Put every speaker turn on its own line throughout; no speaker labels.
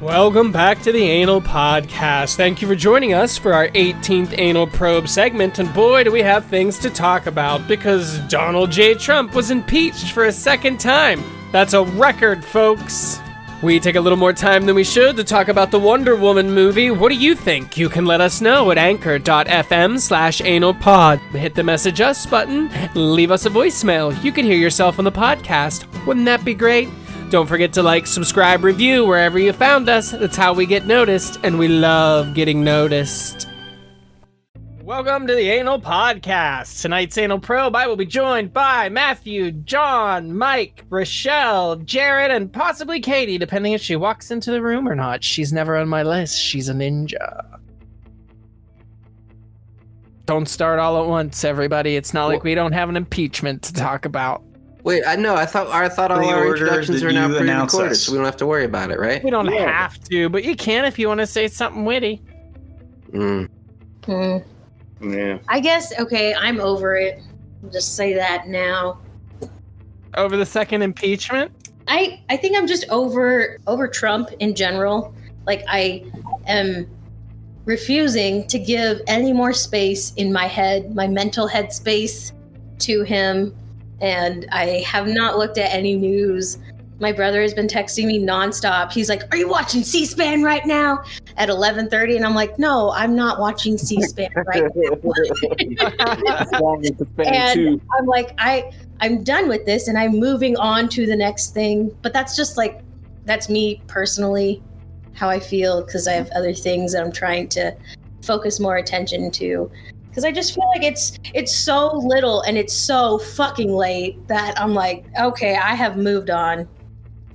Welcome back to the Anal Podcast. Thank you for joining us for our 18th Anal Probe segment. And boy, do we have things to talk about because Donald J. Trump was impeached for a second time. That's a record, folks. We take a little more time than we should to talk about the Wonder Woman movie. What do you think? You can let us know at anchor.fm slash analpod. Hit the message us button, leave us a voicemail. You can hear yourself on the podcast. Wouldn't that be great? Don't forget to like, subscribe, review wherever you found us. That's how we get noticed, and we love getting noticed. Welcome to the Anal Podcast. Tonight's Anal Probe, I will be joined by Matthew, John, Mike, Rochelle, Jared, and possibly Katie, depending if she walks into the room or not. She's never on my list. She's a ninja. Don't start all at once, everybody. It's not like we don't have an impeachment to talk about.
Wait, I know. I thought I thought all
The
our
order
introductions
that
are now
you announce
pre-recorded,
us.
so we don't have to worry about it, right?
We don't
Yeah.
have to, but you can if you want to say something witty.
Mm.
Hmm.
Yeah.
I guess okay. I'm over it. I'll just say that now.
Over the second impeachment?
I I think I'm just over over Trump in general. Like I am refusing to give any more space in my head, my mental head space to him and I have not looked at any news. My brother has been texting me nonstop. He's like, "Are you watching C-SPAN right now?" at 11:30 and I'm like, "No, I'm not watching C-SPAN right and I'm like, I I'm done with this, and I'm moving on to the next thing. But that's just like, that's me personally, how I feel because I have other things that I'm trying to focus more attention to. Because I just feel like it's it's so little and it's so fucking late that I'm like, okay, I have moved on.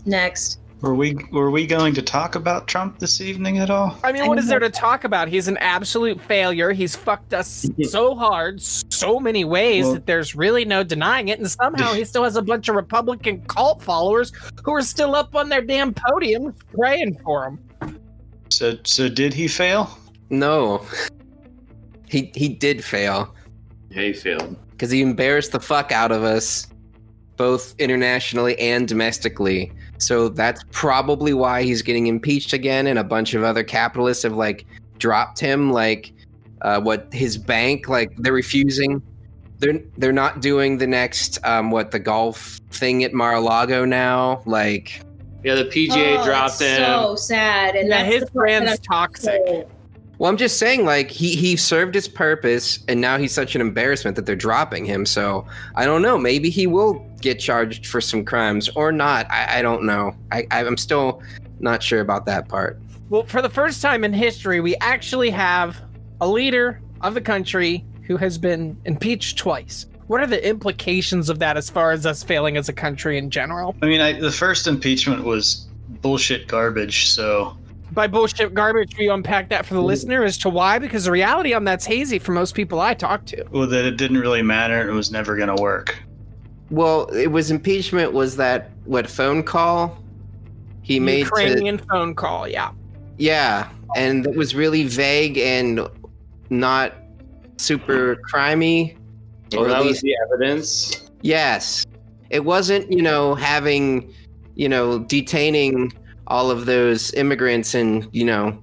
Next.
Were we were we going to talk about Trump this evening at all?
I mean, what is there to talk about? He's an absolute failure. He's fucked us so hard, so many ways
Well-
that there's really no denying it. And somehow he still has a bunch of Republican cult followers who are still up on their damn podium praying for him.
So so did he fail?
No, he he did fail
Hayfield.
because he embarrassed the fuck out of us, both internationally and domestically. So that's probably why he's getting impeached again, and a bunch of other capitalists have like dropped him. Like, uh, what his bank? Like they're refusing. They're they're not doing the next um, what the golf thing at Mar-a-Lago now. Like.
Yeah, the PGA
Oh,
dropped
it's
him.
So sad. And
Yeah,
that's
his
the part that
brand's
I'm
toxic.
so-
Well, I'm just saying, like he he served his purpose, and now he's such an embarrassment that they're dropping him. So I don't know. Maybe he will get charged for some crimes or not. I, I don't know. I I'm still not sure about that part.
Well, for the first time in history, we actually have a leader of the country who has been impeached twice. What are the implications of that as far as us failing as a country in general?
I mean, I, the first impeachment was bullshit garbage. So
By bullshit garbage, we unpack that for the listener as to why, because the reality on that's hazy for most people I talk to.
well, that it didn't really matter. and It was never going to work.
Well, it was impeachment. Was that what phone call he made? To,
Ukrainian phone call, yeah.
yeah, and it was really vague and not super crimey.
Well,
Or at
that was
least-
the evidence.
Yes. It wasn't, you know, having, you know, detaining all of those immigrants in, you know,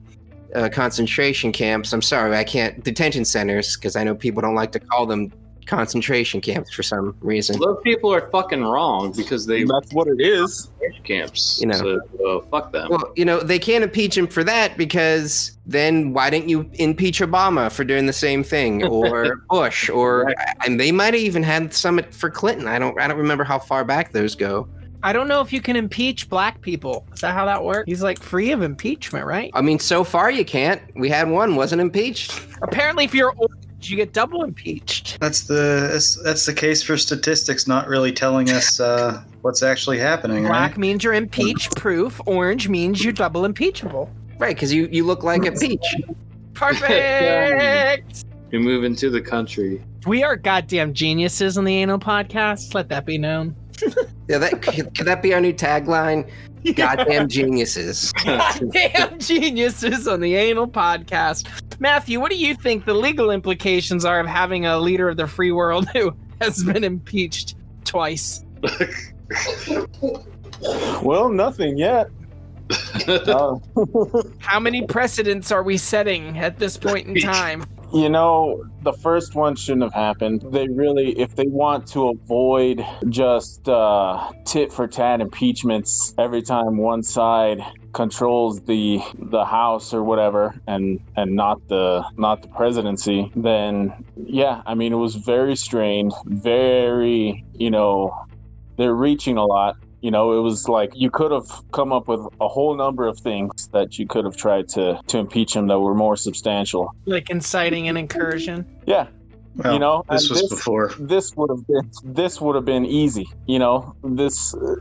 uh, concentration camps. I'm sorry, I can't. Detention centers, because I know people don't like to call them concentration camps for some reason.
Those people are fucking wrong because they
That's what it is.
wage camps.
You know.
so, uh, fuck them.
Well, you know, they can't impeach him for that because then why didn't you impeach Obama for doing the same thing or Bush or and they might have even had summit for Clinton. I don't I don't remember how far back those go.
I don't know if you can impeach black people. Is that how that works? He's like free of impeachment, right?
I mean, so far you can't. We had one wasn't impeached.
Apparently, if you're orange, you get double impeached.
That's the that's, that's the case for statistics not really telling us uh, what's actually happening, right?
Black means you're impeach proof, orange means you're double impeachable.
Right, because you, you look like a peach.
Perfect!
You move into the country.
We are goddamn geniuses on the anal podcast. Let that be known.
Yeah, that could, could that be our new tagline? Goddamn geniuses.
Goddamn geniuses on the anal podcast. Matthew, what do you think the legal implications are of having a leader of the free world who has been impeached twice?
Well, nothing yet.
Oh.
How many precedents are we setting at this point in time?
you know, the first one shouldn't have happened. They really, if they want to avoid just uh, tit for tat impeachments every time one side controls the the house or whatever and and not the not the presidency then yeah i mean it was very strained very you know they're reaching a lot you know it was like you could have come up with a whole number of things that you could have tried to to impeach him that were more substantial
Like inciting an incursion?
yeah
Well,
you know
this
and
was before.
this would have been this would have been easy you know this uh,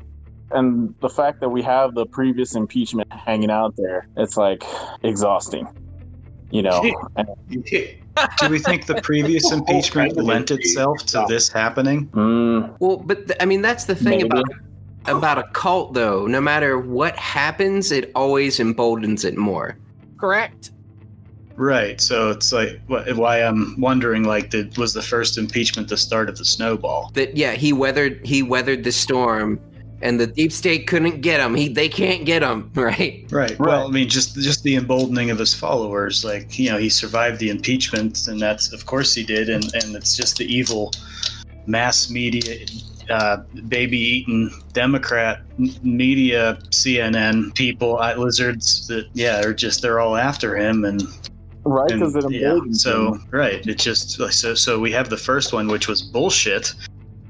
and the fact that we have the previous impeachment hanging out there it's like exhausting you know And-
Do we think the previous impeachment
Okay.
lent itself to this happening?
mm,
Well, but th- I mean that's the thing
Maybe.
about about a cult though. No matter what happens, it always emboldens it more.
Correct.
Right. So it's like wh- why I'm wondering like did, was the first impeachment the start of the snowball?
That yeah, he weathered he weathered the storm, and the deep state couldn't get him. He they can't get him right.
Right. Well, I mean, just just the emboldening of his followers. Like you know, he survived the impeachment, and that's of course he did. And and it's just the evil mass media, uh, baby-eating Democrat m- media, CNN people, uh, lizards. That yeah, are just they're all after him and
right
and,
because it
yeah,
emboldens
so
them.
right it just so so we have the first one which was bullshit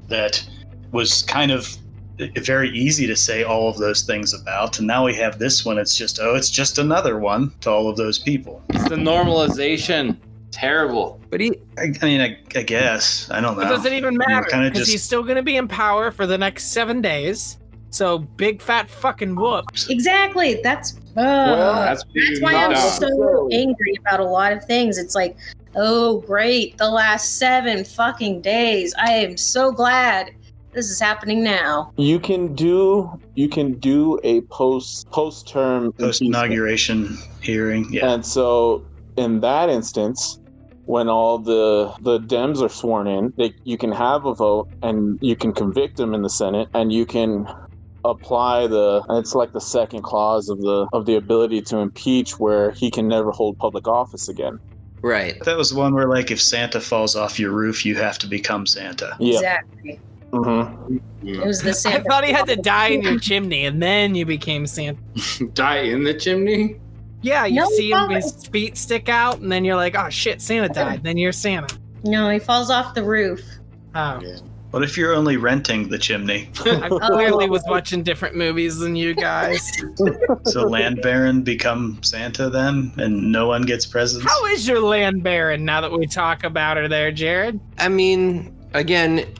that was kind of i- very easy to say all of those things about and now we have this one it's just oh it's just another one to all of those people
It's the normalization. Terrible.
But he
i, I mean I, I guess i don't
It
know
doesn't even
I mean,
matter
kinda
because
just-
he's still going to be in power for the next seven days. So big fat fucking whoop.
Exactly. That's uh,
That's,
that's why I'm
not
so
necessarily.
angry about a lot of things. It's like, oh great, the last seven fucking days. I am so glad this is happening now.
you can do you can do a post post term
post inauguration hearing yeah
And so in that instance, when all the the Dems are sworn in, they, you can have a vote and you can convict them in the Senate and you can apply the it's like the second clause of the of the ability to impeach where he can never hold public office again.
right.
that was the one where like if santa falls off your roof you have to become santa
Yeah.
Exactly.
Mhm.
It was the
I
same.
thought he had to die in your chimney and then you became Santa.
Die in the chimney?
Yeah, you
No, he
see him,
died.
his feet stick out, and then you're like, oh shit, Santa died. Then you're Santa.
No, he falls off the roof.
Oh,
what if you're only renting the chimney
I clearly was
Oh.
watching different movies than you guys.
so land baron become santa then and no one gets presents
How is your land baron now that we talk about her there, Jared?
I mean, again,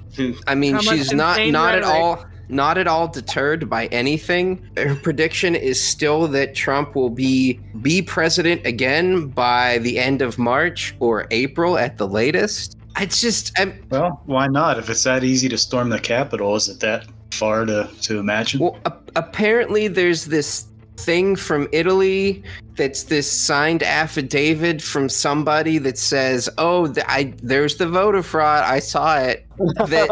I mean,
How much
she's not
insane
not at
rhetoric.
all not at all deterred by anything. Her prediction is still that Trump will be be president again by the end of March or April at the latest. It's just i
Well, why not? If it's that easy to storm the Capitol, is it that far to, to imagine?
Well, a- apparently there's this thing from Italy that's this signed affidavit from somebody that says, "Oh, th- I there's the voter fraud. I saw it." That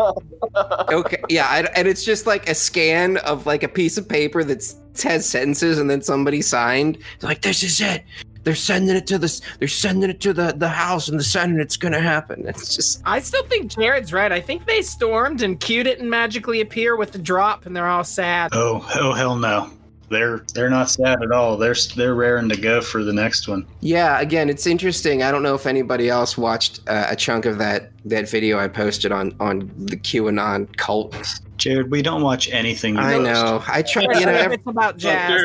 okay, yeah, I, and it's just like a scan of like a piece of paper that's has sentences and then somebody signed. It's like this is it. They're sending it to this. They're sending it to the the House and the Senate. It's gonna happen. It's just
I still think Jared's right. I think they stormed and cued it and magically appear with the drop, and they're all sad.
Oh, oh hell no. They're they're not sad at all. They're they're raring to go for the next one.
Yeah, again, it's interesting. I don't know if anybody else watched uh, a chunk of that that video I posted on on the QAnon cult.
Jared, we don't watch anything. you
I
post.
know. I try. You know, Oh, ev-
it's about jazz.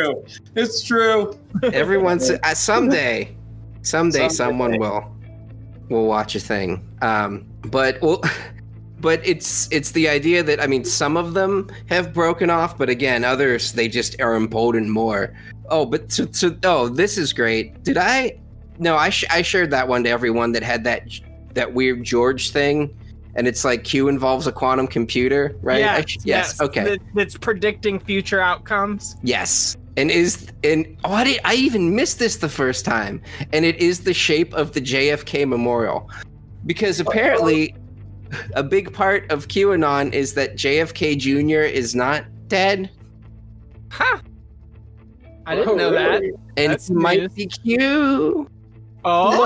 It's true.
everyone's uh, someday, someday,
Someday.
someone will will watch a thing. Um, but well, but it's it's the idea that I mean, some of them have broken off, but again, others they just are emboldened more. Oh, but so, so oh, this is great. Did I? No, I sh- I shared that one to everyone that had that that weird George thing, and it's like Q involves a quantum computer, right? I sh- yes. Okay.
that- that's predicting future outcomes.
Yes. And is and oh, I, did, I even missed this the first time, and it is the shape of the JFK memorial, because
Oh,
apparently, a big part of QAnon is that JFK Jr. is not dead.
Huh. I
Oh,
didn't know that.
And
That's
might be Q.
Oh,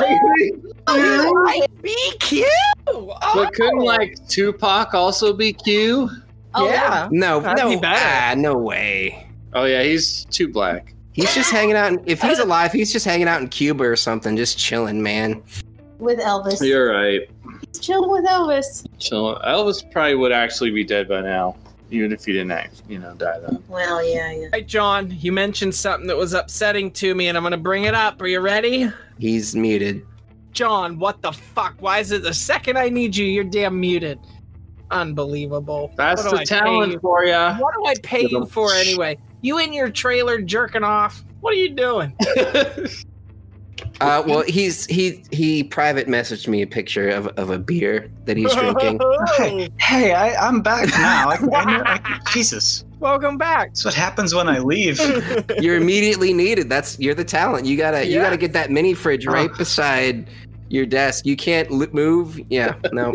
Might be Q.
But couldn't like Tupac also be Q?
Oh,
yeah. No,
That'd
no,
be better.
ah, no way.
Oh yeah, he's too black.
He's just hanging out. In, if he's alive, he's just hanging out in Cuba or something, just chilling, man.
With Elvis.
You're right.
He's chilled with Elvis.
So Elvis probably would actually be dead by now, even if he didn't act, you know, die then.
Well, yeah, yeah.
right, John. You mentioned something that was upsetting to me, and I'm gonna bring it up. Are you ready?
He's muted.
John, what the fuck? Why is it the second I need you, you're damn muted? Unbelievable.
That's
What do
the
I pay you-
talent for ya.
What do I pay you for anyway? You in your trailer jerking off? What are you doing?
Uh, well, he's he he private messaged me a picture of, of a beer that he's drinking.
Hey, hey, I, I'm back now. I, I know, I, Jesus,
Welcome back.
that's what happens when I leave.
You're immediately needed. That's you're the talent. You gotta you
Yeah.
gotta get that mini fridge
Oh.
right beside your desk. You can't li- move. Yeah, no.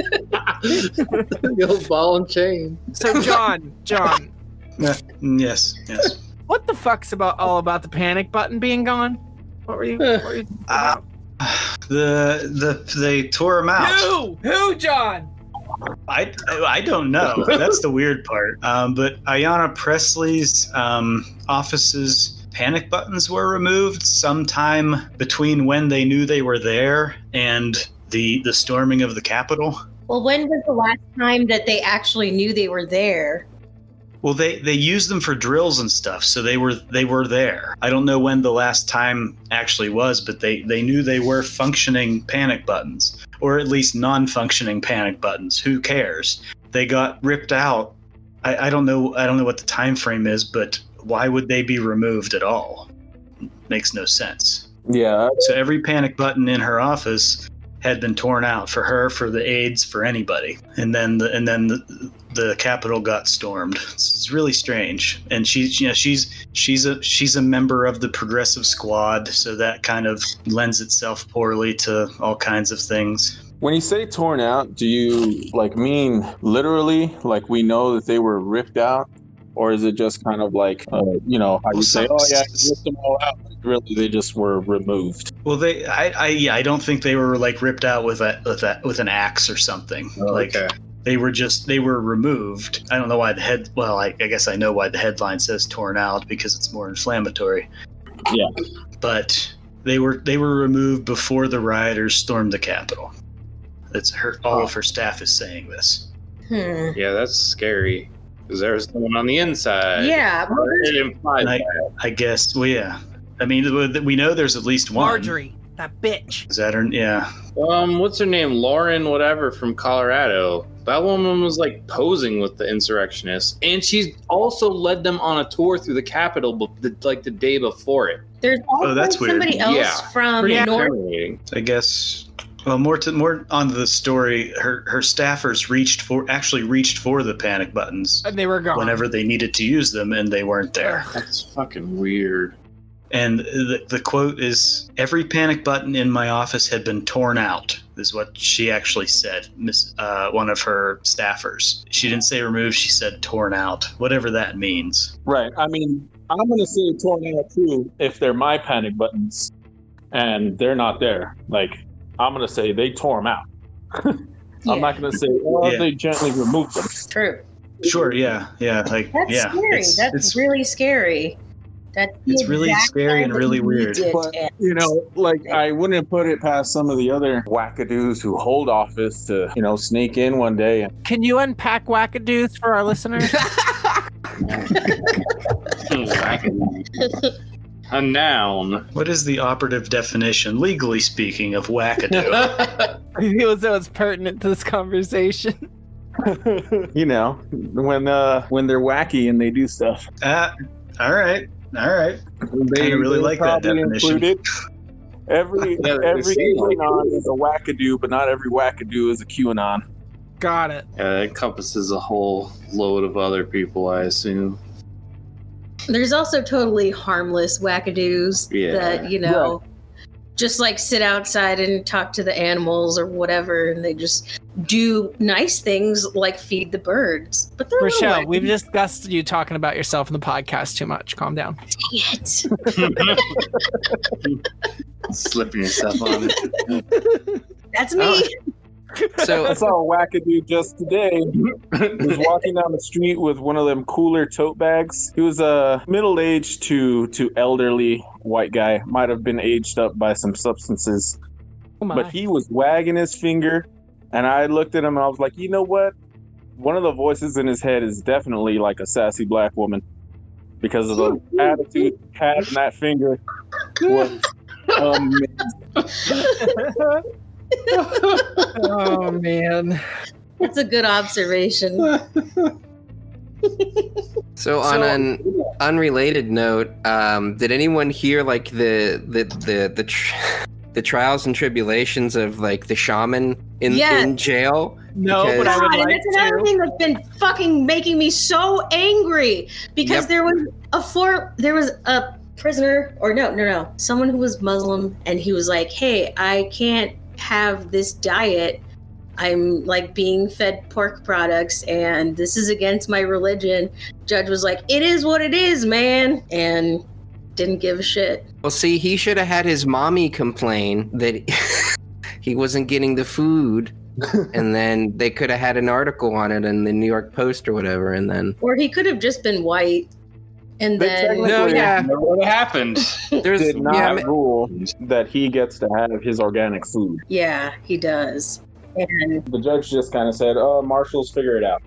the old ball and chain.
So John, John,
Mm, yes, yes.
what the fuck's about all about the panic button being gone? What were you? What were you thinking
Uh,
about?
The the they tore him out.
Who? Who, John?
I, I don't know. That's the weird part. Um, but Ayanna Presley's um, office's panic buttons were removed sometime between when they knew they were there and the the storming of the Capitol.
Well, when was the last time that they actually knew they were there?
Well, they they used them for drills and stuff, so they were they were there. I don't know when the last time actually was, but they they knew they were functioning panic buttons, or at least non-functioning panic buttons. Who cares? They got ripped out. I, I don't know. I don't know what the time frame is, but why would they be removed at all? Makes no sense.
Yeah,
So every panic button in her office had been torn out for her, for the aides, for anybody. And then the and then the, the Capitol got stormed. It's, it's really strange. And she's you know she's she's a she's a member of the progressive squad, so that kind of lends itself poorly to all kinds of things.
When you say torn out, do you like mean literally, like we know that they were ripped out, or is it just kind of like, uh, you know, how you say,
Some-
oh yeah, I ripped them all out, but really they just were removed?
Well, they I, I yeah I don't think they were like ripped out with a with a with an axe or something.
Oh,
like they were just they were removed i don't know why the head well I, I guess i know why the headline says torn out because it's more inflammatory
Yeah.
but they were they were removed before the rioters stormed the capitol that's her all of her staff is saying this
Hmm.
Yeah, that's scary. Because there's someone on the inside.
Yeah. well,
It implies
Like-
that.
i guess well yeah i mean we know there's at least one
Marjorie, that bitch.
is that her yeah
Um, what's her name? Lauren, whatever, from Colorado. That woman was like posing with the insurrectionists, and she also led them on a tour through the Capitol, but the, like the day before it.
There's also
that's weird.
somebody else
Yeah.
from
Pretty
North.
intimidating.
I guess. Well, more to more onto the story. Her her staffers reached for actually reached for the panic buttons
And they were gone.
whenever they needed to use them, and they weren't there.
That's fucking weird.
And the, the quote is Every panic button in my office had been torn out, is what she actually said, Miss, uh, one of her staffers. She didn't say removed, she said torn out, whatever that means.
Right. I mean, I'm gonna say torn out too if they're my panic buttons, and they're not there. Like, I'm gonna say they tore them out.
Yeah,
I'm not gonna say oh
Yeah.
they gently removed them.
true.
Sure, yeah, yeah. Like,
That's
yeah.
scary.
it's-
That's
it's-
really scary. That's the
It's really
exact
scary
time
and
that
really
we
weird.
did
But,
it.
you know, like I wouldn't put it past some of the other wackadoos who hold office to, you know, sneak in one day. And,
Can you unpack wackadoos for our listeners?
a noun.
What is the operative definition, legally speaking, of wackadoo?
Uh,
I feel as though it's pertinent to this conversation.
you know, when uh when they're wacky and they do stuff.
ah, all right, all right.
They
Kinda really
they're
like that
probably
definition.
included. Every
Yeah, they
every
seem like
QAnon is a wackadoo, but not every wackadoo is a QAnon.
Got it.
Yeah, it encompasses a whole load of other people, I assume.
There's also totally harmless wackadoos
Yeah.
that, you know, just like sit outside and talk to the animals or whatever, and they just do nice things like feed the birds. But they're
Rochelle,
little
we've discussed you talking about yourself in the podcast too much. Calm down.
yet.
Slipping yourself on it.
That's
Oh.
me.
So
I saw a wackadoo just today. He was walking down the street with one of them cooler tote bags. He was a middle-aged to to elderly white guy. Might have been aged up by some substances,
Oh my.
but he was wagging his finger, and I looked at him and I was like, you know what? One of the voices in his head is definitely like a sassy black woman because of the attitude he had in that finger. Was um, amazing.
oh man.
That's a good observation.
So on
So-
an unrelated note, um, did anyone hear like the the the the, tr- the trials and tribulations of like the shaman in
Yes.
in jail?
No, but I would
God, and
like
that's another
to.
thing that's been fucking making me so angry because
Yep.
there was a four, there was a prisoner or no, no, no, someone who was Muslim, and he was like, "Hey, I can't have this diet. I'm like being fed pork products, and this is against my religion." Judge was like, "It is what it is, man," and didn't give a shit.
Well, see, he should have had his mommy complain that he wasn't getting the food, and then they could have had an article on it in the New York Post or whatever, and then
Or he could have just been white, and
They
then
No,
technically
yeah.
Know what happened?
there's
did not
yeah, ma-
rule that he gets to have his organic food.
yeah, he does. And
The judge just kind of said, "Oh, marshals, figure it out,"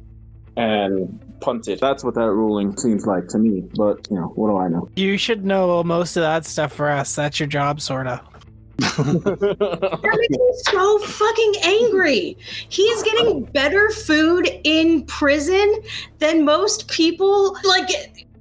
and punted. That's what that ruling seems like to me. But you know, what do I know?
You should know most of that stuff for us. That's your job, sorta.
That makes me so fucking angry. He's getting better food in prison than most people like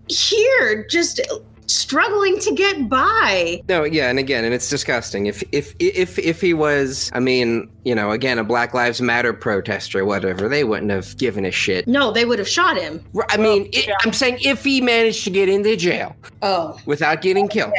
here just struggling to get by.
no, yeah, and again, and it's disgusting. If if if if he was, I mean, you know, again, a Black Lives Matter protester, or whatever, they wouldn't have given a shit.
No, they would have shot him.
Right, I mean, it, I'm saying if he managed to get into jail
Oh.
without getting killed.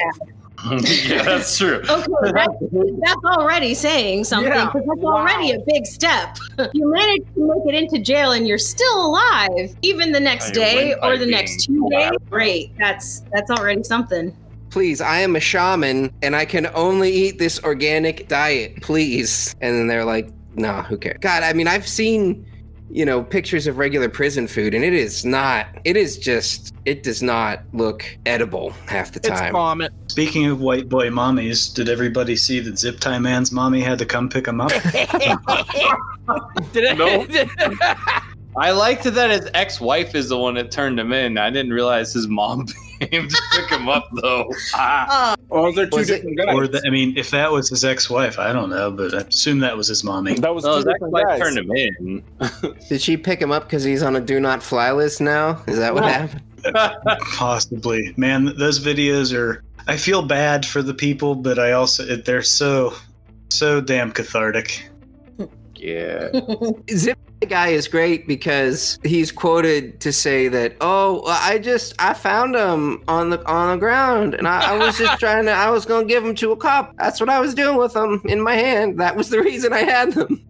yeah, that's true.
Okay, that, that's already saying something.
Yeah,
'cause That's already a big step. You managed to make it into jail and you're still alive, even the next
Now you're
day
linked
or
by
the next
being
two days.
alive.
Great, that's that's already something.
Please, I am a shaman and I can only eat this organic diet, please. And then they're like, nah, who cares? God, I mean, I've seen, you know, pictures of regular prison food and it is not, it is just, it does not look edible half the
It's
time.
vomit.
Speaking of white boy mommies, did everybody see that Zip Tie Man's mommy had to come pick him up?
Did
Nope.
it?
I liked that his ex-wife is the one that turned him in. I didn't realize his mom came to pick him up though. Ah.
Oh, those are two
Was it-
different
or
guys.
the, I mean, if that was his ex-wife, I don't know, but I assume that was his mommy.
That was
No,
two
his
different
ex-wife
guys.
Oh, turned him in.
Did she pick him up because he's on a do not fly list now? Is that what
No.
happened?
Possibly, man. Those videos are. I feel bad for the people, but I also it- they're so so damn cathartic.
Yeah.
Zip the guy is great because he's quoted to say that, "Oh, well, I just I found him on the on the ground, and I, I was just trying to I was gonna give him to a cop. That's what I was doing with them in my hand. That was the reason I had them.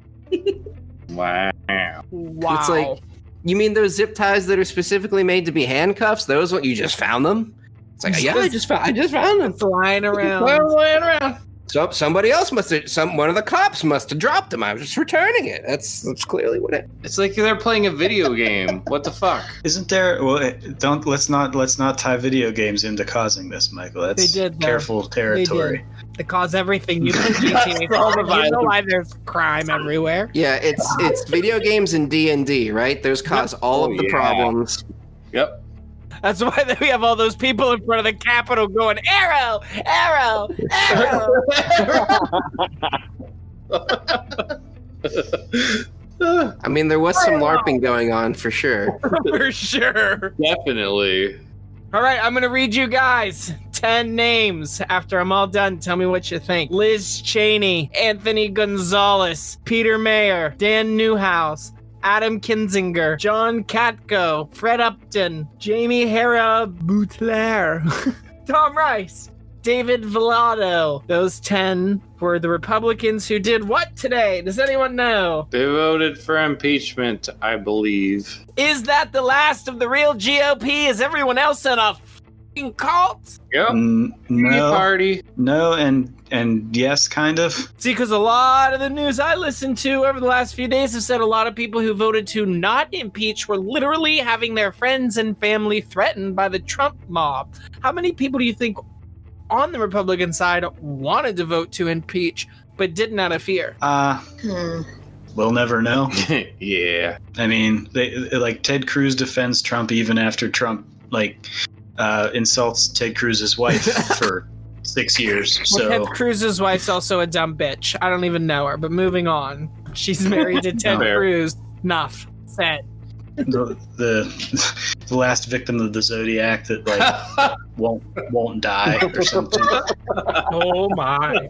Wow.
wow.
It's like you mean those zip ties that are specifically made to be handcuffs? Those what you just found them? It's like yeah, I just found I just found them.
It's lying around.
Flying around.
So somebody else must have some one of the cops must have dropped them. I was just returning it. That's that's clearly what it.
It's like they're playing a video game. What the fuck?
Isn't there? Well, it- don't let's not let's not tie video games into causing this, Michael. That's
They did, though.
careful territory.
They cause everything. You play GTA.
All the
You know
violence.
why there's crime everywhere.
Yeah, it's it's video games and D and D, right? There's cause all
Oh,
of the
yeah.
problems.
Yep.
That's why we have all those people in front of the Capitol going arrow, arrow, arrow.
I mean, there was some LARPing going on for sure.
for sure.
Definitely.
All right, I'm gonna read you guys ten names. After I'm all done, tell me what you think. Liz Cheney, Anthony Gonzalez, Peter Mayer, Dan Newhouse. Adam Kinzinger, John Katko, Fred Upton, Jamie Hera Boutler, Tom Rice, David Villado. Those 10 were the Republicans who did what today? Does anyone know?
They voted for impeachment, I believe.
Is that the last of the real GOP? Is everyone else in a fing cult?
Yep.
Mm,
Tea
no,
Party.
no, and and yes, kind of.
See, because a lot of the news I listened to over the last few days have said a lot of people who voted to not impeach were literally having their friends and family threatened by the Trump mob. How many people do you think on the Republican side wanted to vote to impeach but didn't out of fear?
Uh,
Hmm.
we'll never know.
yeah.
I mean, they, like Ted Cruz defends Trump even after Trump like uh, insults Ted Cruz's wife for six years.
Well,
So
Ted Cruz's wife's also a dumb bitch. I don't even know her, but moving on. She's married to Ted
Fair.
Cruz. Enough said.
the, the the last victim of the Zodiac that like won't won't die or something.
Oh my.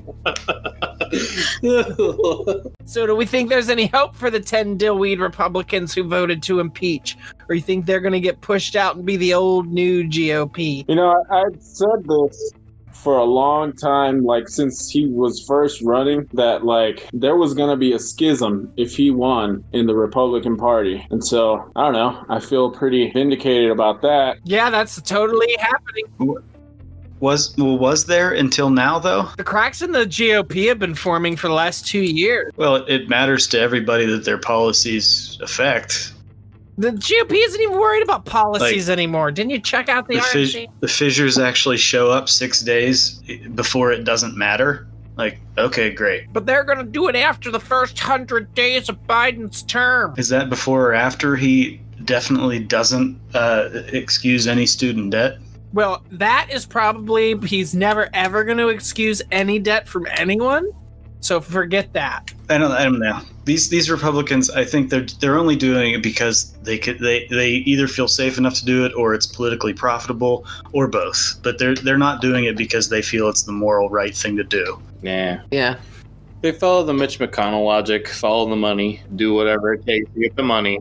So, do we think there's any hope for the 10 dillweed Republicans who voted to impeach? Or you think they're going to get pushed out and be the old new GOP?
You know, I, I've said this for a long time, like since he was first running, that like there was gonna be a schism if he won in the Republican Party. And so I don't know. I feel pretty vindicated about that.
Yeah, that's totally happening.
Was well, was there until now though?
The cracks in the GOP have been forming for the last two years.
Well, it, it matters to everybody that their policies affect.
The GOP isn't even worried about policies anymore. Didn't you check out the
The, fis-
RNC?
the fissures actually show up six days before it doesn't matter. Like, okay, great.
But they're going to do it after the first hundred days of Biden's term.
Is that before or after he definitely doesn't uh, excuse any student debt?
Well, that is probably he's never ever going to excuse any debt from anyone. So forget that.
I don't, I don't know. These these Republicans, I think they're they're only doing it because they could they, they either feel safe enough to do it or it's politically profitable or both. But they're they're not doing it because they feel it's the moral right thing to do.
Nah.
Yeah.
They follow the Mitch McConnell logic, follow the money, do whatever it takes to get the money.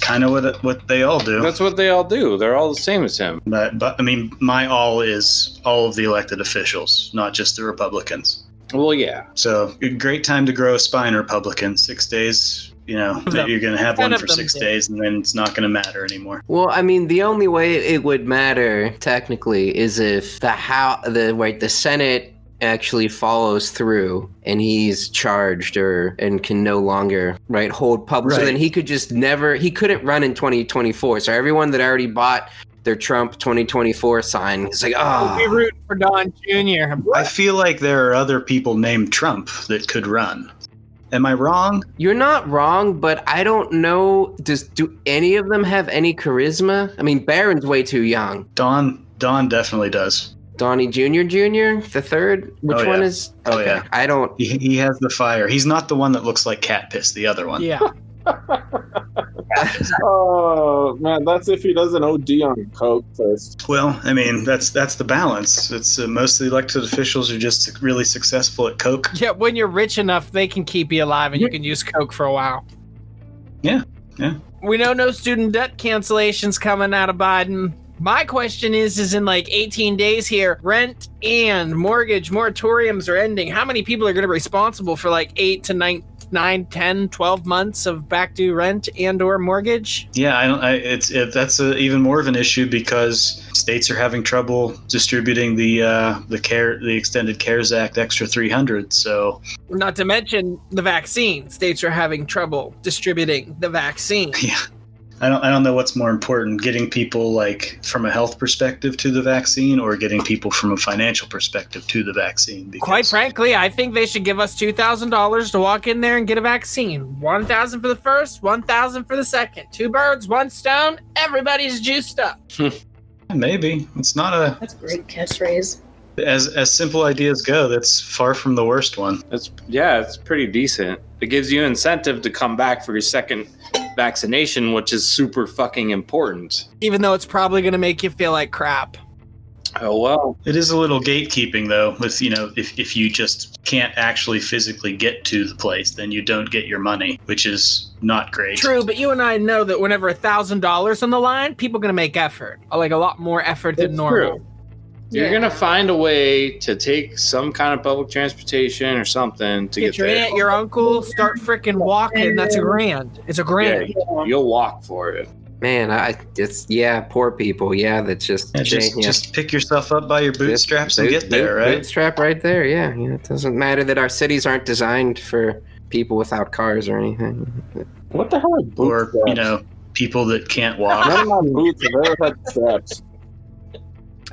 Kind of what what they all do.
That's what they all do. They're all the same as him.
But, but I mean, my all is all of the elected officials, not just the Republicans.
Well, yeah.
So, a great time to grow a spine, Republican. Six days, you know, that you're going to have
Ten
one
of
for
them
six
did.
days, and then it's not going to matter anymore.
Well, I mean, the only way it would matter technically is if the how the right the Senate actually follows through and he's charged or and can no longer right hold public. So
Right.
then he could just never he couldn't run in 2024. So everyone that already bought their Trump 2024 sign is like,
We'll be
oh,
rooting for Don Jr.
I feel like there are other people named Trump that could run. Am I wrong?
you're not wrong, but I don't know. Does do any of them have any charisma? I mean, Barron's way too young.
Don Don definitely does.
Donnie Jr. Jr. the third. Which
Oh,
one
yeah.
is?
Oh, yeah.
I don't.
He, he has the fire. He's not the one that looks like cat piss. The other one.
Yeah.
Oh man, that's if he doesn't OD on coke first.
Well, I mean, that's that's the balance. It's uh, mostly elected officials are just really successful at coke.
Yeah, when you're rich enough, they can keep you alive and you can use Coke for a while.
Yeah, yeah.
We know no student debt cancellations coming out of Biden. My question is is in like 18 days here, rent and mortgage moratoriums are ending. How many people are going to be responsible for like 8 to 9 9 10 12 months of back due rent and or mortgage?
Yeah, I don't. I, it's it, that's a, even more of an issue because states are having trouble distributing the uh, the care the extended CARES Act extra three hundred. So
Not to mention the vaccine. States are having trouble distributing the vaccine.
I don't I don't know what's more important: getting people like from a health perspective to the vaccine, or getting people from a financial perspective to the vaccine. Because,
Quite frankly, I think they should give us two thousand dollars to walk in there and get a vaccine. One thousand for the first, one thousand for the second. Two birds, one stone. Everybody's juiced up.
maybe it's not a
That's a great catchphrase.
as as simple ideas go. That's far from the worst one.
It's yeah, it's pretty decent. It gives you incentive to come back for your second vaccination, which is super fucking important.
Even though it's probably gonna make you feel like crap.
Oh well.
It is a little gatekeeping, though. With you know, if if you just can't actually physically get to the place, then you don't get your money, which is not great.
True, but you and I know that Uh, whenever a thousand dollars on the line, people are gonna make effort, like a lot more effort than
It's
normal.
true. You're
Yeah.
gonna find a way to take some kind of public transportation or something to get,
Get your
there.
aunt, your uncle, start freaking walking. That's a grand. It's a grand.
Yeah, you'll walk for it.
Man, I it's yeah, poor people. Yeah, that's just
Yeah, just,
yeah.
just pick yourself up by your bootstraps and
Boot-
get there,
boot-
right?
Bootstrap right there. Yeah, yeah. It doesn't matter that our cities aren't designed for people without cars or anything.
What the hell are boots?
Or you
straps?
know, people that can't walk.
None of my boots have ever had straps.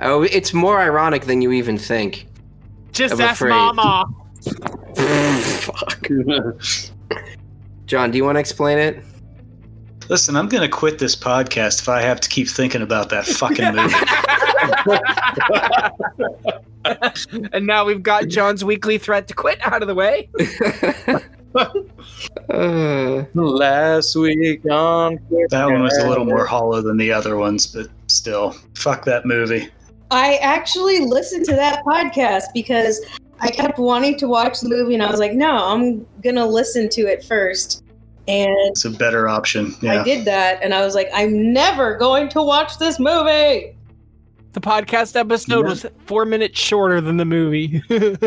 Oh, it's more ironic than you even think.
Just
I'm
ask
afraid.
mama.
Fuck. John, do you want to explain it?
Listen, I'm gonna quit this podcast if I have to keep thinking about that fucking movie.
and now we've got John's weekly threat to quit out of the way.
Uh,
Last week on
That one was a little more hollow than the other ones, but still, fuck that movie.
I actually listened to that podcast because I kept wanting to watch the movie and I was like, no, I'm gonna listen to it first. And
It's a better option.
I
Yeah.
did that and I was like, I'm never going to watch this movie.
The podcast episode was four minutes shorter than the movie.
I felt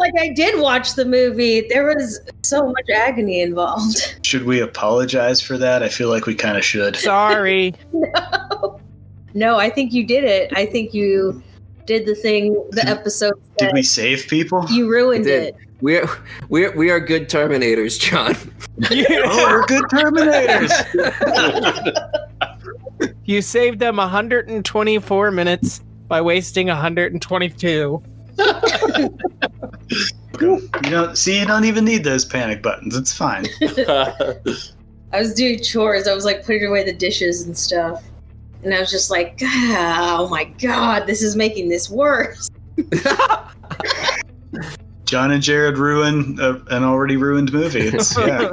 like I did watch the movie. There was so much agony involved.
Should we apologize for that? I feel like we kind of should.
Sorry.
No, I think you did it. I think you did the thing the episode
Did
said.
we save people?
You ruined
We did.
it.
we're we're we are good terminators, John.
Oh, we're good Terminators.
You saved them 124 minutes by wasting 122.
you don't see. You don't even need those panic buttons. It's fine.
I was doing chores. I was like putting away the dishes and stuff. And I was just like, "God, oh my God, this is making this worse.
John and Jared ruin a, an already ruined movie. It's, yeah.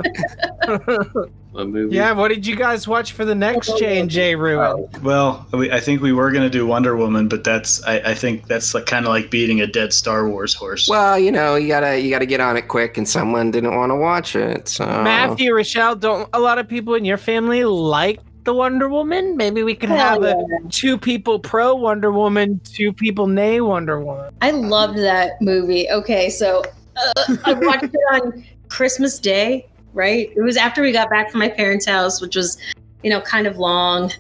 a movie.
yeah, what did you guys watch for the next J and J ruin?
Well, we, I think we were gonna do Wonder Woman, but that's. I, I think that's like kind of like beating a dead Star Wars horse.
Well, you know, you gotta you gotta get on it quick, and someone didn't want to watch it. So
Matthew, Rochelle, don't a lot of people in your family like the Wonder Woman? Maybe we could have a two people pro Wonder Woman, two people nay Wonder Woman.
I loved that movie. Okay, so uh, I watched it on Christmas Day, right? It was after we got back from my parents' house, which was, you know, kind of long.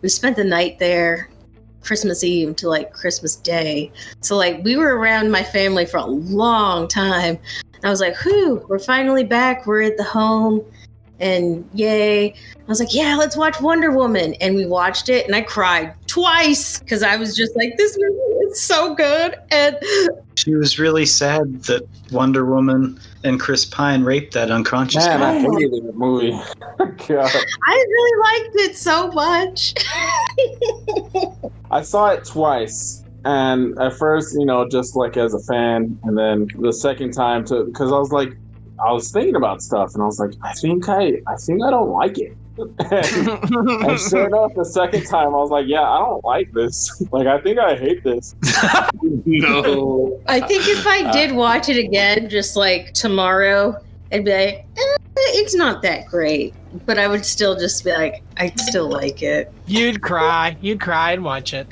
We spent the night there, Christmas Eve to like Christmas Day. So, like, we were around my family for a long time. And I was like, whew, we're finally back. We're at the home. And yay. I was like, yeah, let's watch Wonder Woman. And we watched it and I cried twice because I was just like, this movie is so good. And
She was really sad that Wonder Woman and Chris Pine raped that unconscious
Man, I
man.
hated that movie. God.
I really liked it so much.
I saw it twice. And at first, you know, just like as a fan, and then the second time to because I was like, I was thinking about stuff, and I was like, I think I, I think I don't like it. and sure enough, the second time, I was like, Yeah, I don't like this. like, I think I hate this.
no.
I think if I did
Uh,
watch it again, just like tomorrow, I'd be like, eh, it's not that great. But I would still just be like, I still like it.
You'd cry. You'd cry and watch it.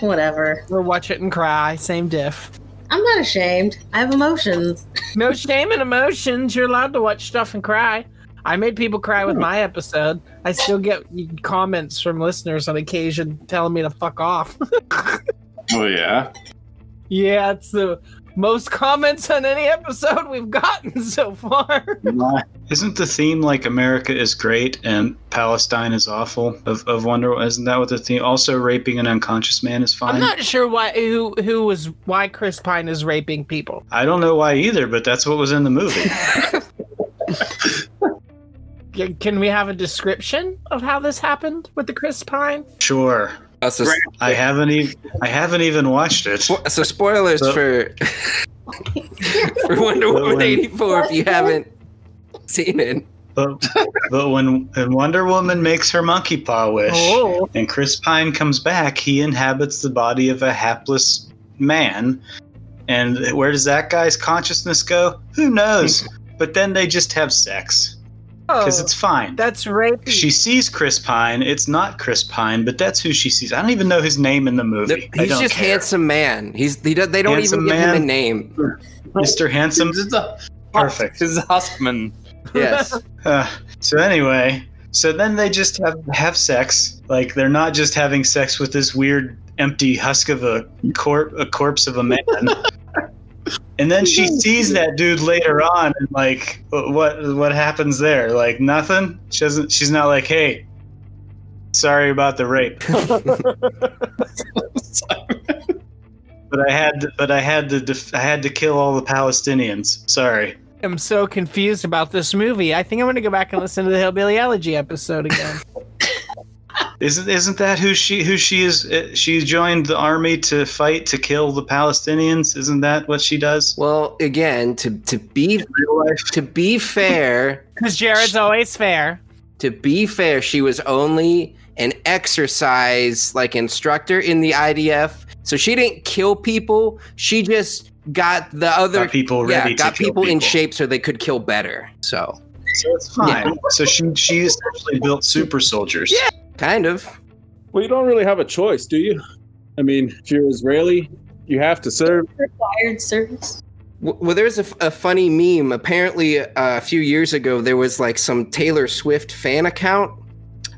Whatever.
Or watch it and cry. Same diff.
I'm not ashamed. I have emotions.
No shame in emotions. You're allowed to watch stuff and cry. I made people cry with my episode. I still get comments from listeners on occasion telling me to fuck off.
Oh yeah.
yeah, it's the most comments on any episode we've gotten so far.
Isn't the theme like America is great and Palestine is awful of, of Wonder Woman? Isn't that what the theme? Also, raping an unconscious man is fine.
I'm not sure why who who was why Chris Pine is raping people.
I don't know why either, but that's what was in the movie.
C- Can we have a description of how this happened with the Chris Pine?
sure,
Also,
I haven't even I haven't even watched it.
Spo- so spoilers
So-
for for Wonder
Well,
Woman
when-
eighty four if you haven't seen it.
But but when, when Wonder Woman makes her monkey paw wish
Oh,
and Chris Pine comes back, he inhabits the body of a hapless man. And where does that guy's consciousness go? Who knows? But then they just have sex. because it's fine.
Oh, That's rape.
She sees Chris Pine. It's not Chris Pine, but that's who she sees. I don't even know his name in the
They're-
movie. I
He's
don't
just
care.
handsome man. He's he does, they don't
Handsome
even give him a
man.
name.
Mr. Handsome.
This is the
Perfect.
This is Huskman.
Yes.
Uh, so anyway, so then they just have have sex. Like they're not just having sex with this weird empty husk of a corp a corpse of a man. and then she sees that dude later on, and like, wh- what what happens there? Like nothing. She doesn't. She's not like, hey, sorry about the rape. But I had, but I had to, def- I had to kill all the Palestinians. Sorry.
I'm so confused about this movie. I think I'm gonna go back and listen to the Hillbilly Elegy episode again.
Isn't isn't that who she who she is? uh, She joined the army to fight to kill the Palestinians. Isn't that what she does?
well, again, to to be
Real life.
to be fair,
Because Jared's always fair.
to be fair, she was only an exercise like instructor in the IDF. So she didn't kill people. She just got the other
Got people
yeah,
ready
got
to kill
people, in
people.
shape so they could kill better. So
So it's fine. So she she essentially built super soldiers.
Yeah. kind of.
Well, you don't really have a choice, do you? I mean, if you're Israeli, you have to serve.
Required service.
W- Well, there's a, f- a funny meme. Apparently, uh, a few years ago, there was like some Taylor Swift fan account.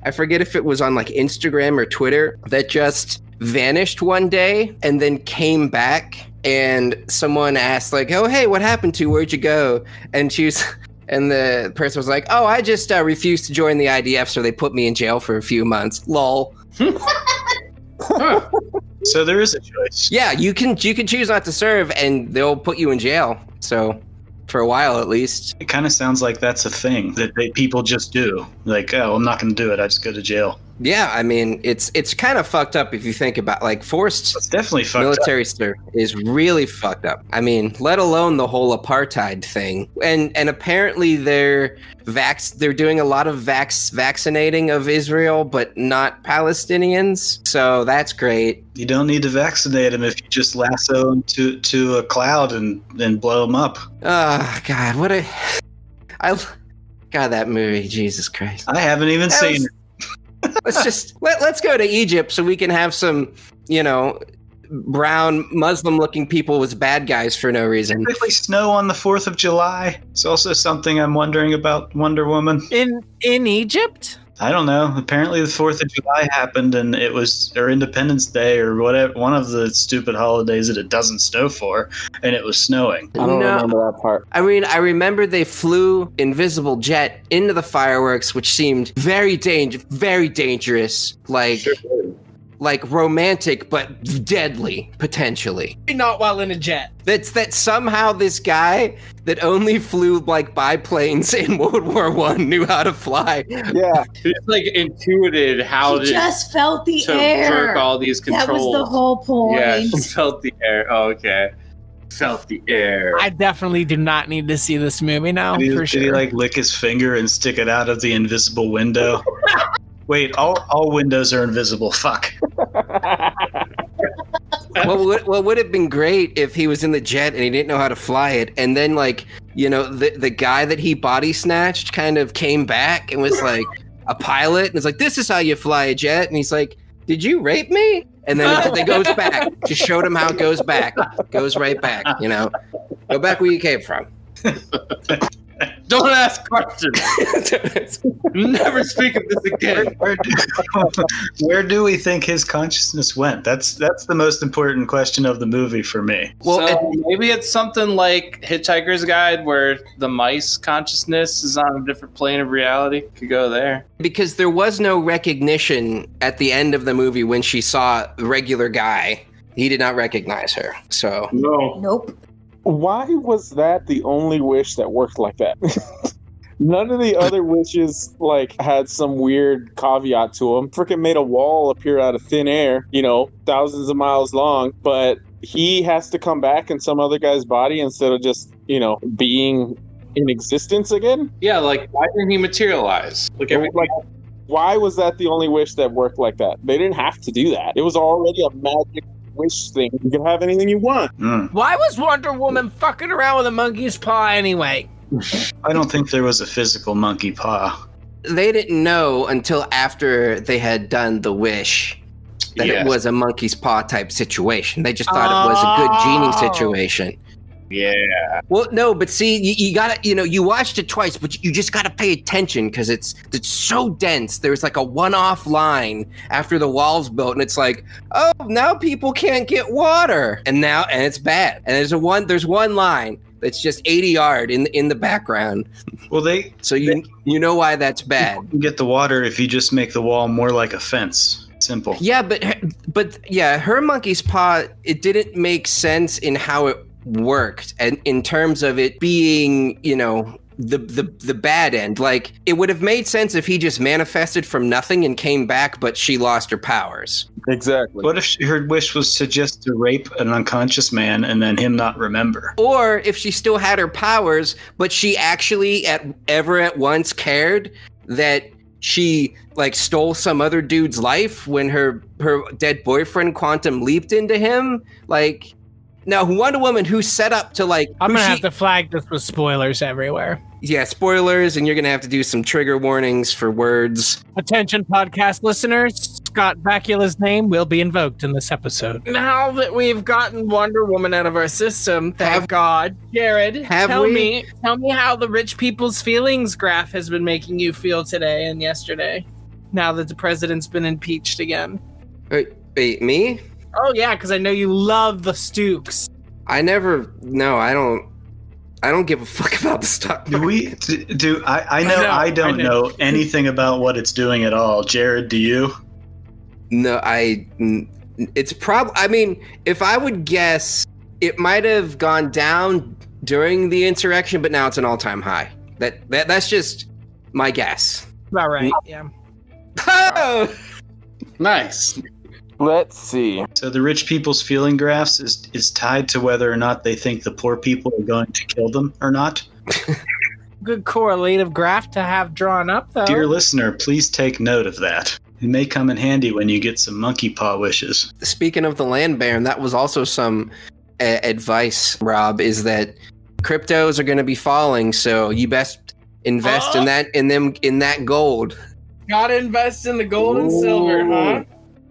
I forget if it was on like Instagram or Twitter that just vanished one day and then came back. And someone asked, like, "Oh, hey, what happened to? you? Where'd you go?" And she was, and the person was like, "Oh, I just uh, refused to join the IDF, so they put me in jail for a few months." Lol.
Huh.
So there is a choice.
Yeah, you can you can choose not to serve, and they'll put you in jail. So, for a while at least.
It kind of sounds like that's a thing that they, people just do. Like, oh, I'm not going to do it. I just go to jail.
Yeah, I mean it's it's kind of fucked up if you think about like forced
It's definitely fucked up.
military serve is really fucked up. I mean, let alone the whole apartheid thing. And and apparently they're vax they're doing a lot of vax vaccinating of Israel but not Palestinians. So that's great.
You don't need to vaccinate them if you just lasso them to to a cloud and and blow them up.
Oh god, what a I God that movie, Jesus Christ.
I haven't even
That
seen
was- let's just let, let's go to Egypt so we can have some, you know, brown Muslim looking people as bad guys for no reason.
Typically, snow on the Fourth of July. It's also something I'm wondering about Wonder Woman.
In in Egypt?
I don't know. Apparently, the Fourth of July happened, and it was or Independence Day or whatever one of the stupid holidays that it doesn't snow for, and it was snowing.
I don't
No.
remember that part.
I mean, I remember they flew invisible jet into the fireworks, which seemed very danger, very dangerous, like like romantic but deadly potentially.
Not while in a jet.
That's that somehow this guy that only flew like biplanes in World War One knew how to fly.
Yeah,
It's like intuited how
she
to,
just felt the
to
air.
jerk all these
That was
controls.
the whole point.
yeah, she felt the air. Oh, okay. Felt the air.
I definitely do not need to see this movie now
did, he,
Oh, for
did he
sure.
like lick his finger and stick it out of the invisible window? Wait, all all windows are invisible. Fuck.
well, would, well, would have been great if he was in the jet and he didn't know how to fly it, and then like you know the the guy that he body snatched kind of came back and was like a pilot and was like, "This is how you fly a jet," and he's like, "Did you rape me?" And then it, it goes back. Just showed him how it goes back. Goes right back. You know, go back where you came from.
Don't ask questions. Never speak of this
Where,
again.
where, do, where do we think his consciousness went? That's that's the most important question of the movie for me.
Well,
so maybe it's something like Hitchhiker's Guide, where the mice consciousness is on a different plane of reality. Could go there.
because there was no recognition at the end of the movie when she saw the regular guy. He did not recognize her. So
No.
Nope.
why was that the only wish that worked like that? None of the other wishes like had some weird caveat to them. Freaking made a wall appear out of thin air, you know, thousands of miles long, but he has to come back in some other guy's body instead of just, you know, being in existence again.
Yeah, like why didn't he materialize? Like every
Like, why was that the only wish that worked like that? They didn't have to do that. It was already a magic wish thing. You can have anything you want.
Mm.
Why was Wonder Woman fucking around with a monkey's paw anyway?
I don't think there was a physical monkey paw.
They didn't know until after they had done the wish that
yeah.
it was a monkey's paw type situation. They just thought it was a good genie
Oh.
situation.
yeah.
Well, no, but see, you, you gotta, you know, you watched it twice, but you just gotta pay attention because it's it's so dense. There's like a one-off line after the walls built, and it's like, oh, now people can't get water, and now and it's bad. And there's a one, there's one line that's just 80 yard in in the background,
Well, they
so you you know why that's bad.
can get the water if you just make the wall more like a fence. Simple.
Yeah, but her- but yeah, her monkey's paw it didn't make sense in how it worked and in terms of it being, you know, the the the bad end. Like it would have made sense if he just manifested from nothing and came back but she lost her powers.
Exactly.
What if she, her wish was to just to rape an unconscious man and then him not remember?
Or if she still had her powers but she actually at ever at once cared that she like stole some other dude's life when her her dead boyfriend quantum leaped into him like now wonder woman who's set up to like
I'm
who
gonna
she-
have to flag this with spoilers everywhere.
yeah spoilers and you're gonna have to do some trigger warnings for words
Attention, podcast listeners. Scott Bakula's name will be invoked in this episode. Now that we've gotten Wonder Woman out of our system, thank
Have-
God, Jared,
Have
tell
we?
me, tell me how the rich people's feelings graph has been making you feel today and yesterday. Now that the president's been impeached again.
wait, wait me
Oh yeah, because I know you love the Stooks.
i never no i don't i don't give a fuck about the stock
Do
market.
we? Do, do I? I know
know,
I don't
I know.
know anything about what it's doing at all. Jared, do you?
No, I. n- It's probably. I mean, if I would guess, it might have gone down during the insurrection, but now it's an all-time high. That that that's just my guess.
About right, yeah.
Oh,
Nice.
Let's see.
So the rich people's feeling graphs is is tied to whether or not they think the poor people are going to kill them or not.
Good correlative graph to have drawn up though.
Dear listener, please take note of that. It may come in handy when you get some monkey paw wishes.
speaking of the land baron, that was also some uh, advice. Rob is that cryptos are going to be falling, so you best invest in that in them in that gold.
Gotta invest in the gold and
Ooh.
silver, huh?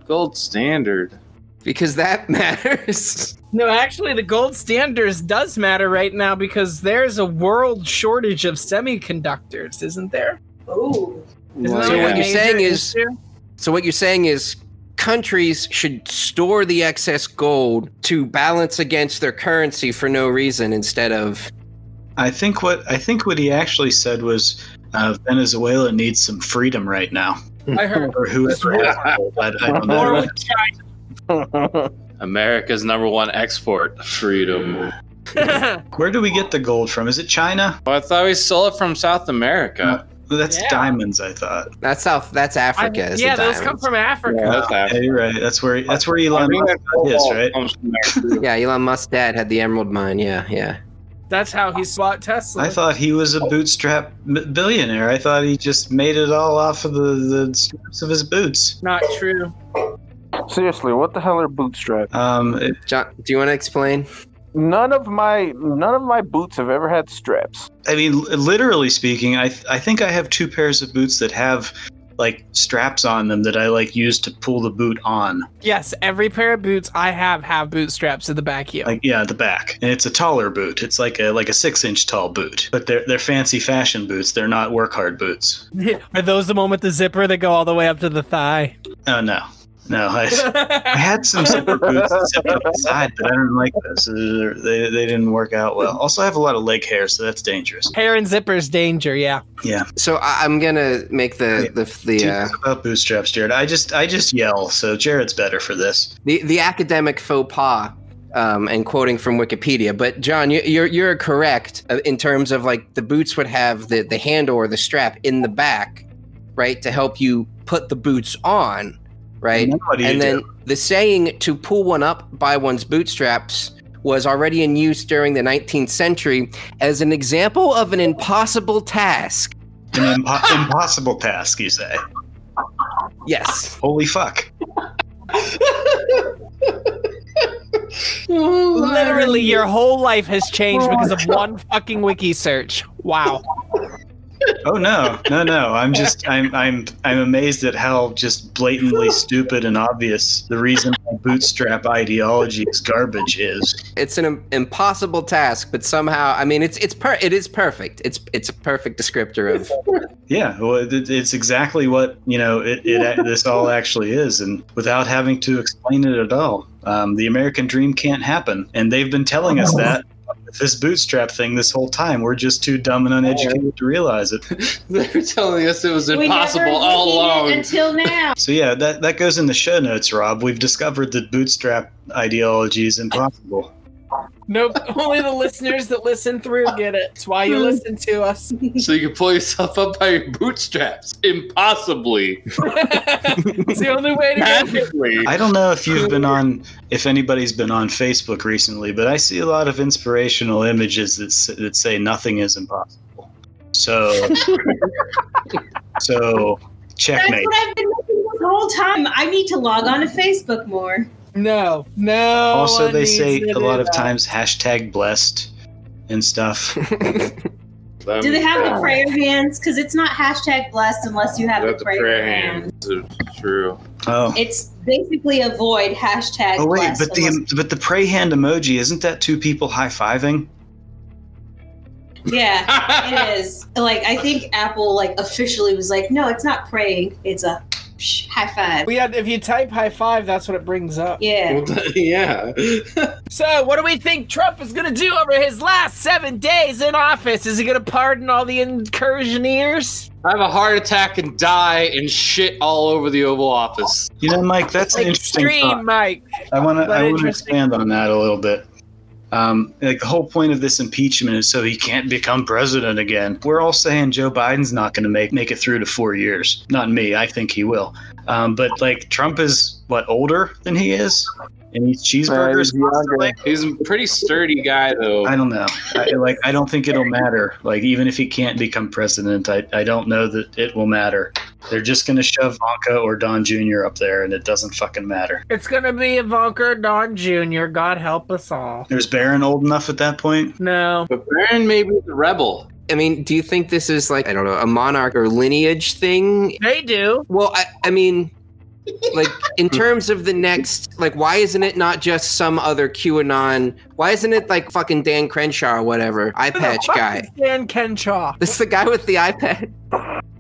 Gold standard.
Because that matters.
No, actually, the gold standards does matter right now because there's a world shortage of semiconductors, isn't there?
Ooh.
Isn't
Well,
that a
So what you're
yeah.
major
saying is-
issue?
So what you're saying is countries should store the excess gold to balance against their currency for no reason instead of
I think what I think what he actually said was uh, Venezuela needs some freedom right now,
I heard.
or whoever. has gold. I, I don't
Or
know.
with China.
America's number one export. Freedom.
Where do we get the gold from? Is it China?
Well, I thought we sold it from South America.
Well, that's
Yeah.
diamonds, I thought.
that's South that's Africa.
I-
is the
yeah, those come
diamonds.
from Africa.
That's
Yeah,
Africa.
you're right. That's where that's where Elon
I think
Musk
that
got his,
cobalt
right?
comes from there, too.
Yeah, Elon Musk's dad had the emerald mine. Yeah, yeah.
That's how he bought Tesla.
I thought he was a bootstrap m- billionaire. I thought he just made it all off of the, the straps of his boots.
Not true.
Seriously, what the hell are bootstraps?
Um, it-
John, do you want to explain?
None of my none of my boots have ever had straps.
I mean, li- literally speaking, I th- I think I have two pairs of boots that have like straps on them that I like use to pull the boot on,
Yes, every pair of boots I have have bootstraps at the back heel.
like yeah, the back. And it's a taller boot. It's like a like a six inch tall boot, but they're they're fancy fashion boots. They're not work hard boots.
Are those the one with the zipper that go all the way up to the thigh?
Oh no, no. I, I had some zipper boots that zipped up the side, but I didn't like those. They're- They, they didn't work out well. Also, I have a lot of leg hair, so that's dangerous.
Hair and zippers danger, yeah.
So I, I'm gonna make the the the, uh,
Talk about bootstraps, Jared. I just I just yell, so Jared's better for this.
the the academic faux pas. Um, and quoting from Wikipedia, but John, you, you're you're correct uh, in terms of like the boots would have the the handle or the strap in the back, right, to help you put the boots on, right.
Now what do you
and then
do?
the saying to pull one up by one's bootstraps was already in use during the 19th century as an example of an impossible task.
an impo- impossible task, you say?
Yes.
Holy fuck!
Literally, your whole life has changed because of one fucking wiki search. Wow.
Oh no, no, no! I'm just, I'm, I'm, I'm amazed at how just blatantly stupid and obvious the reason why bootstrap ideology is garbage is.
It's an im- impossible task, but somehow, I mean, it's it's per- it is perfect. It's it's a perfect descriptor of
Yeah, well, it, it's exactly what you know. It, it, this all actually is, and without having to explain it at all, um, the American dream can't happen. And they've been telling us that with this bootstrap thing this whole time. We're just too dumb and uneducated to realize it.
They were telling us it was
We never
impossible all
looked at it
along.
until now.
So yeah, that that goes in the show notes, Rob. We've discovered that bootstrap ideology is impossible.
Nope. Only the listeners that listen through get it. It's why you listen to us.
so you can pull yourself up by your bootstraps. Impossibly.
it's the only way to get it.
Magically.
I don't know if you've been on, if anybody's been on Facebook recently, but I see a lot of inspirational images that s- that say nothing is impossible. So, so
That's
checkmate.
what I've been looking this whole time. I need to log on to Facebook more.
No. No.
Also,
one
they
needs
say
to
a lot
do
of
that.
times hashtag blessed and stuff.
Do they have
Um,
the prayer hands? Because it's not hashtag blessed unless you have
Without
the prayer, hands.
hands. It's True.
Oh.
It's basically avoid hashtag
Oh wait,
blessed.
but the
unless-
but the pray hand emoji isn't that two people high fiving?
yeah. It is. Like I think Apple like officially was like, no, it's not praying. It's a psh, high five.
We had, if you type high five, that's what it brings up.
Yeah.
yeah.
So, what do we think Trump is going to do over his last seven days in office? Is he going to pardon all the incursioneers?
Have a heart attack and die and shit all over the Oval Office.
You know, Mike, that's an interesting thought.
Extreme, Mike.
I want to.
But
I want to
interesting.
expand on that a little bit. Um, like the whole point of this impeachment is so he can't become president again. We're all saying Joe Biden's not going to make make it through to four years. Not me. I think he will. Um, but like Trump is what older than he is, and he eats
Uh,
cheeseburgers.
he's younger.
constantly?
He's a pretty sturdy guy, though.
I don't know. I, like I don't think it'll matter. Like even if he can't become president, I I don't know that it will matter. They're just going to shove Ivanka or Don Jr. up there, and it doesn't fucking matter.
It's going to be Ivanka Don Jr. God help us all.
There's Barron old enough at that point.
No.
But Baron may be the rebel.
I mean, do you think this is like I don't know a monarch or lineage thing?
They do.
Well, I, I mean, like in terms of the next, like why isn't it not just some other QAnon? Why isn't it like fucking Dan Crenshaw or whatever eye patch
Who the fuck
guy?
is Dan Kenshaw.
This is the guy with the iPad.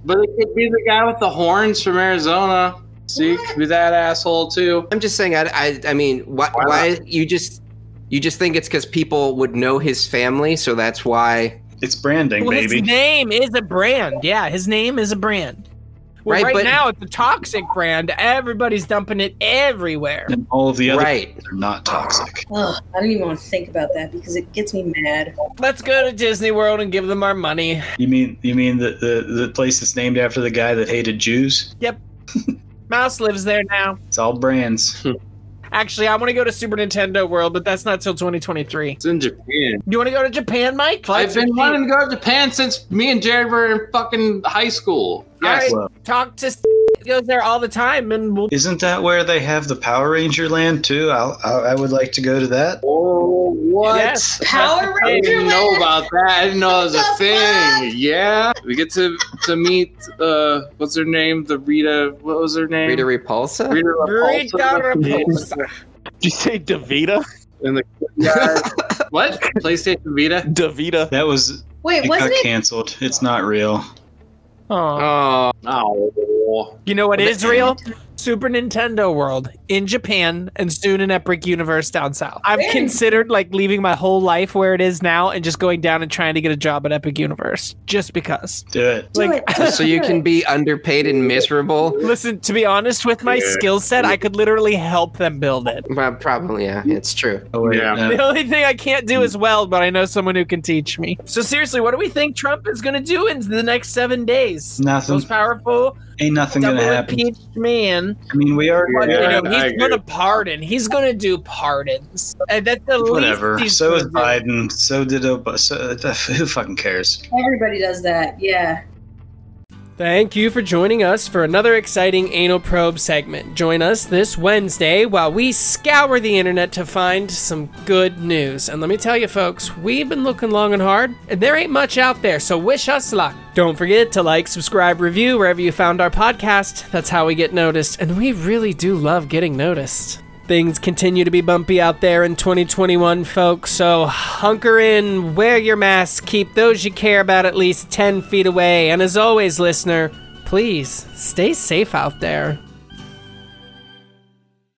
But it could be the guy with the horns from Arizona. See, it could be that asshole, too.
I'm just saying. I, I, I mean, why,
Why not?
why you just you just think it's because people would know his family, so that's why.
It's branding,
Well,
baby.
His name is a brand. Yeah, his name is a brand. Well,
Right,
right
but-
now, it's a toxic brand. Everybody's dumping it everywhere.
and all of the other
Right.
people are not toxic.
Ugh, I don't even want to think about that because it gets me mad.
Let's go to Disney World and give them our money.
You mean you mean the, the the place that's named after the guy that hated Jews?
Mouse lives there now.
It's all brands.
Actually, I want to go to Super Nintendo World, but that's not till 2023.
It's in Japan.
You want to go to Japan, Mike?
I've
Flights are
been
cheap.
wanting to go to Japan since me and Jared were in fucking high school.
Alright.
Yes.
Well,
Talk to s- goes there all the time, and we'll.
isn't that where they have the Power Ranger land too? I'll, I I would like to go to that.
Oh, what?
Yes.
Power
I
Ranger
didn't know
Land?
about that. I didn't know it was a
What the
thing. Yeah. We get to to meet uh what's her name? The Rita what was her name?
Rita Repulsa.
Rita
Rita
Repulsa.
Repulsa.
Did you say Davita?
And the yeah. What? PlayStation Vita?
Davita.
That was
Wait,
it
wasn't
got
it?
canceled. It's not real.
Aw.
Oh,
Oh.
You know what
Well,
is real? Super Nintendo World in Japan and soon in Epic Universe down south. I've
Very-
considered like leaving my whole life where it is now and just going down and trying to get a job at Epic Universe just because.
Do it.
Do
like-
it.
so you can be underpaid and miserable.
Listen, to be honest with my
Yeah.
skill set, I could literally help them build it.
Well, probably, yeah, it's true.
Oh wait,
Yeah.
no.
The only thing I can't do is weld, but I know someone who can teach me. So seriously, what do we think Trump is going to do in the next 7 days?
nothing.
Most powerful,
Ain't nothing
double
gonna happen.
impeached man.
I mean, we already.
Yeah.
are-
you know,
I
he's
agree.
gonna pardon. He's gonna do pardons. And that's the
Whatever.
least. he's
So is
gonna
Biden. So did Obama. So, who fucking cares?
Everybody does that. Yeah.
do. Thank you for joining us for another exciting anal probe segment. Join us this Wednesday while we scour the internet to find some good news. And let me tell you, folks, we've been looking long and hard, and there ain't much out there, so wish us luck. Don't forget to like, subscribe, review wherever you found our podcast. That's how we get noticed, and we really do love getting noticed. Things continue to be bumpy out there in 2021, folks, so hunker in, wear your mask, keep those you care about at least 10 feet away, and as always, listener, please stay safe out there.